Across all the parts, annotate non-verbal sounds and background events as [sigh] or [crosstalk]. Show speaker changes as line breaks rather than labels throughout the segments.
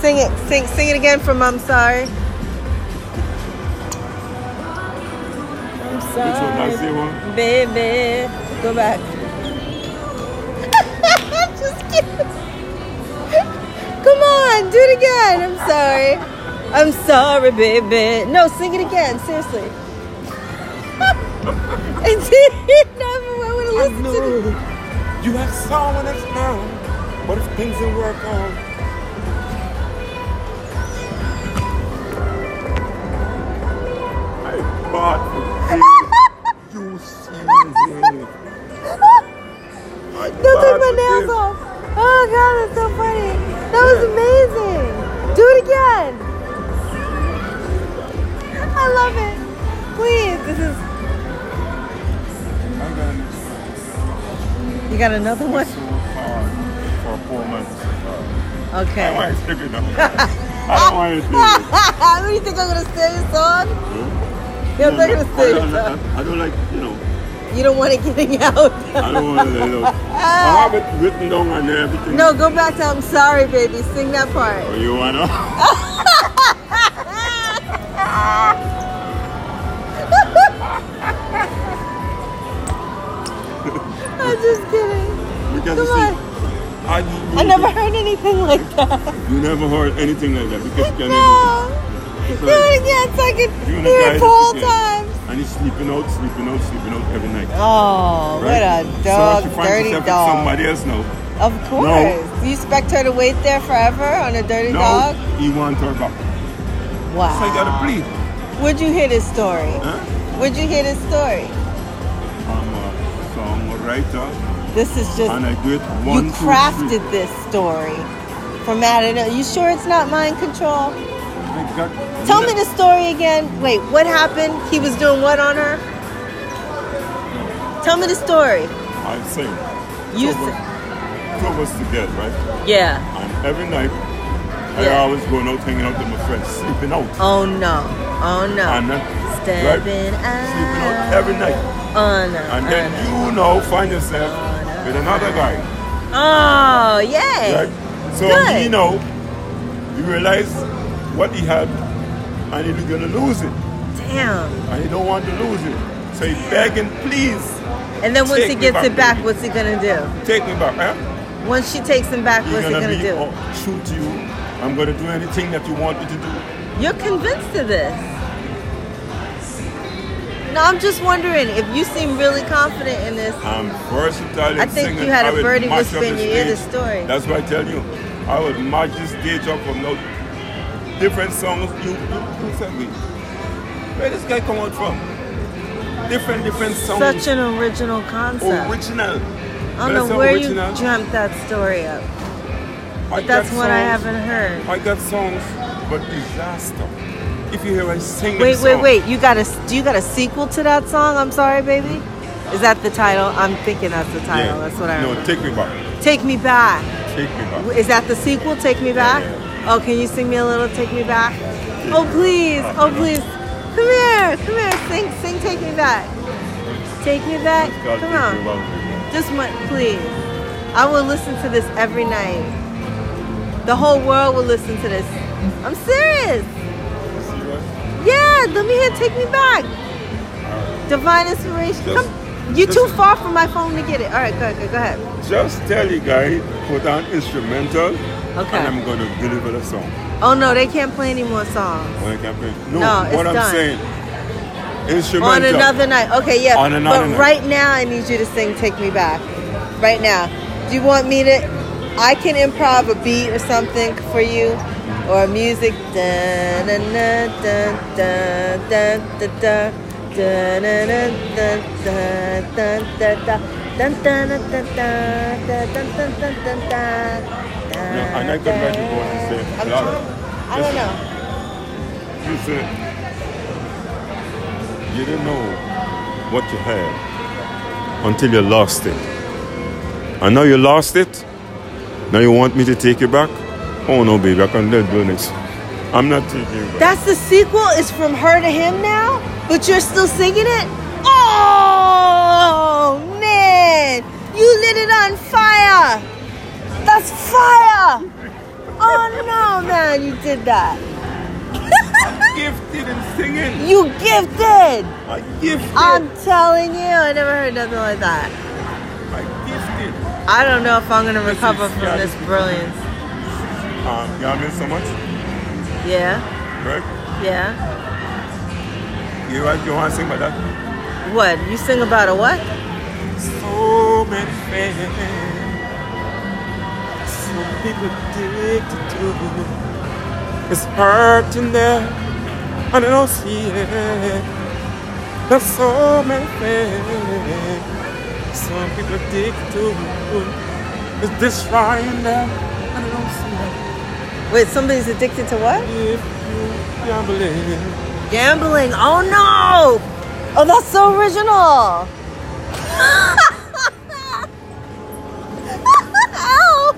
Sing it, sing, sing it again from I'm sorry. I'm
Which one?
sorry,
That's the one.
baby. Go back. I'm [laughs] just kidding. Come on, do it again. I'm sorry. I'm sorry, baby. No, sing it again. [laughs] Seriously. I did [laughs] not want to
I
listen to
know you have someone else now, but if things don't work out, I bought you. [laughs] You sneezing. I
They'll take
bought
my
you.
nails off. Oh god, that's so funny. That was amazing. Do it again. I love it. Please, this is.
I'm gonna be
You got another one?
so hard for four months. I
[laughs] Okay.
want to do it now. [laughs] I don't want to do [laughs] it.
what do you think I'm gonna steal your song? Yeah, I'm not
No, no,
gonna steal
Hmm? I
your
don't-
song.
I- I don't like, you know,
You don't want it getting out.
I don't want to, you know. I have it written down and everything.
no, go back to I'm sorry, baby. Sing that part.
Oh, you wanna?
I'm just kidding.
Because
Come
you see,
on.
I, you,
I never heard anything like that.
You never heard anything like that because you can't
No.
even.
Do it again so I can
You and the
hear
guy
it the whole
that you
time.
can't. And he's sleeping out, sleeping out, sleeping out every night.
Oh, what
right?
a dog,
so she finds
dirty
herself
dog.
With somebody else now.
Of course. You expect her to wait there forever on a dirty
No, uh,
dog?
he wants her back.
Wow.
So you gotta plead.
Would you hear this story?
Huh?
Would you hear this story?
I'm a songwriter
This is just
and I do it one,
you
two,
crafted
three.
this story from Adonai. You sure it's not mind control?
I got-
Tell me the story again. Wait, what happened? He was doing what on her? Tell me the story.
I sing.
You
two, of
s-
us- two of us together, right?
yeah.
And every night,
Yeah.
I always going out, hanging out with my friends, sleeping out.
Oh no. Oh no.
And then, right?
Stepping
Sleeping
out.
out every night.
Oh no.
And
oh,
then
no.
you now find yourself with another guy,
Oh, yay.
right? So
Good.
you know, you realize what he had, and he's gonna lose it,
Damn.
and he don't want to lose it. So he begging, please
And then once
Take
he
me
gets
back,
it back,
baby.
what's he gonna do?
take me back. Huh?
Once she takes him back,
You're
what's he
gonna,
gonna
be
do?
or shoot you. I'm gonna do anything that you want me to do.
You're convinced of this. No, I'm just wondering if you seem really confident in this.
I'm versatile.
I
in
think
singing.
you had a
I would
birdie
mash
whisper
up
in
the
your ear this
stage.
story.
That's why I tell you, I would match this stage up from no different songs. You, you, you tell me, where this guy come out from? Different, different songs.
Such an original concept.
original.
I don't know where you dreamt that story up. That's what I haven't heard.
I got songs, but disaster. If you hear I sing
Wait,
them
wait,
song,
wait! You got a do you got a sequel to that song? I'm sorry, baby. Is that the title? I'm thinking that's the
Yeah.
title. That's what I
No,
remember.
take me back.
Take me back.
Take me back.
Is that the sequel? Take me back. Oh, can you sing me a little? Take me back. Oh please, oh please, come here, come here, sing, sing, take me back. Take me back.
It's called
Come
Take Me
on,
Back.
just one, please. I will listen to this every night. The whole world will listen to this. I'm serious.
See what?
Yeah, let me hear Take Me Back. Divine inspiration.
Just-
Come, you're too
just-
far from my phone to get it. All right, go ahead, go ahead.
Just tell the guy, put on instrumental,
Okay.
and I'm going to deliver the song.
Oh no, they can't play any more songs.
When I can play. No,
No, it's
what I'm
done.
saying, instrumental.
On another night. Okay, yeah.
On another
but
night.
right now, I need you to sing Take Me Back. Right now. Do you want me to? I can improv a beat or something for you, or music. Dun, dun, dun, dun, dun, dun, dun, dun. Dun, dun, dun, dun, dun, dun, dun. Dun, dun, dun, dun, dun, dun, dun, dun, dun, dun, dun.
No, and I couldn't write the words and say,
I'm
Laura,
trying. I don't
listen.
know.
You said you didn't know what you had until you lost it. And now you lost it. Now you want me to take it back? Oh no, baby, I can't do this. I'm not taking it back.
That's the sequel. It's from her to him now, but you're still singing it. Oh man, you lit it on fire. That's fire. Oh no, man, you did that.
gifted in singing.
You gifted.
I gifted.
I'm telling you, I never heard nothing like that.
I gifted.
I don't know if I'm gonna
This
recover
is-
from
yeah,
this
this is-
brilliance.
Um, y'all miss so much,
Yeah,
right?
yeah.
You right? You want to sing about that?
What? You sing about a what?
So many things. So people dig to do. It's hurting them. I don't see it. There's so many things. Some people dig to. It's destroying them. I don't see it.
Wait, somebody's addicted to what?
If you can't believe.
Gambling. Oh no! Oh, that's so original. [laughs] Ow!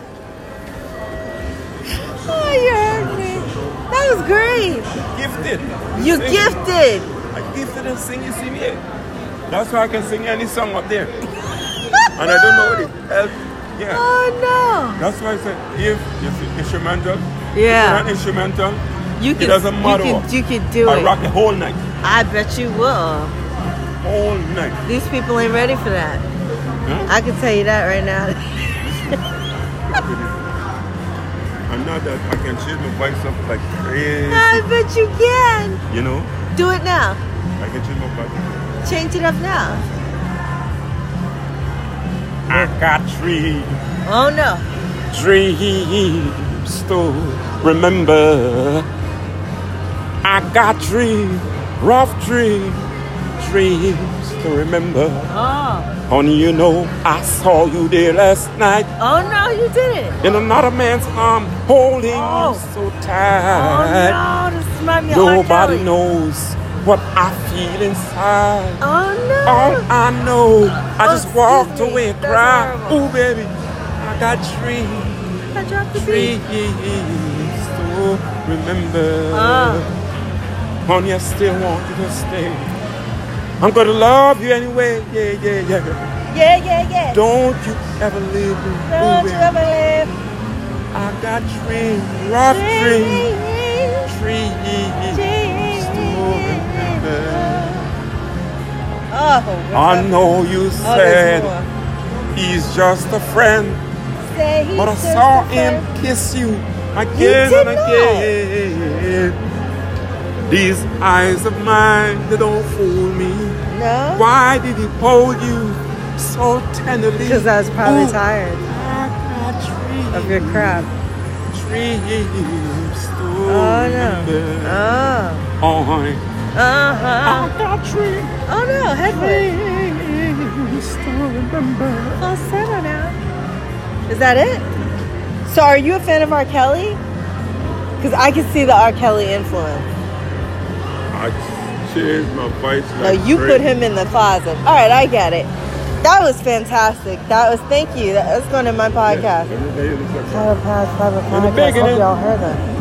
Oh, you hurt me. That was great.
Gifted.
You
Sing.
gifted.
I gifted and singing CBA. That's why I can sing any song up there. and I don't know what it help. Yeah.
Oh
That's why I said if it's instrumental,
no. Yeah.
not instrumental,
You
it doesn't matter.
You
what.
could, you could do
I
it.
rock the whole night.
I bet you will.
All night. [laughs]
These people ain't ready for that.
Huh?
I can tell you that right now. [laughs]
And now that I can change my voice up like crazy.
I bet you can.
You know?
Do it now.
I can change my voice.
Change it up now.
I got three
Oh no.
dreams to remember. I got three rough dreams, dreams to remember.
Oh.
Honey, you know, I saw you there last night
Oh no, you did it.
in another man's arm, holding
Oh.
you so
Oh
tight.
no, this reminds me of R.
Nobody
Kelly.
knows what I feel inside.
Oh
All
no.
I know, I
Oh,
just walked
excuse me.
away and
That's
cried.
horrible.
Oh, baby, I got dreams.
I dropped the
trees
beat.
to remember.
Ah.
Honey, I still want you to stay. I'm gonna love you anyway. Yeah, yeah, yeah.
Yeah, yeah, yeah.
Don't you ever leave me.
Don't you
baby.
ever leave.
I got dreams, rough dreams, dreams to remember.
Oh,
I know you
Oh, there's
said
more.
he's just a friend,
Say he's
but I
just
saw
a
him
friend.
kiss you again
did
and again. These eyes of mine, they don't fool me.
No?
Why did he hold you so tenderly?
Because I was probably
Ooh,
tired
I got
of your
dreams,
crap.
Dreams to
Oh no.
remember.
Oh.
Oh, honey.
Uh-huh.
I got dreams
Oh no, headway.
to remember.
Falsetto now. Is that it? So are you a fan of R. Kelly? Because I can see the R. Kelly influence.
I changed my voice
No,
like
you put him in the closet. All right, I get it. That was fantastic. That was thank you. That- That's going in my podcast. Power Pass Private
In the
Podcast. Hope
beginning.
y'all heard that.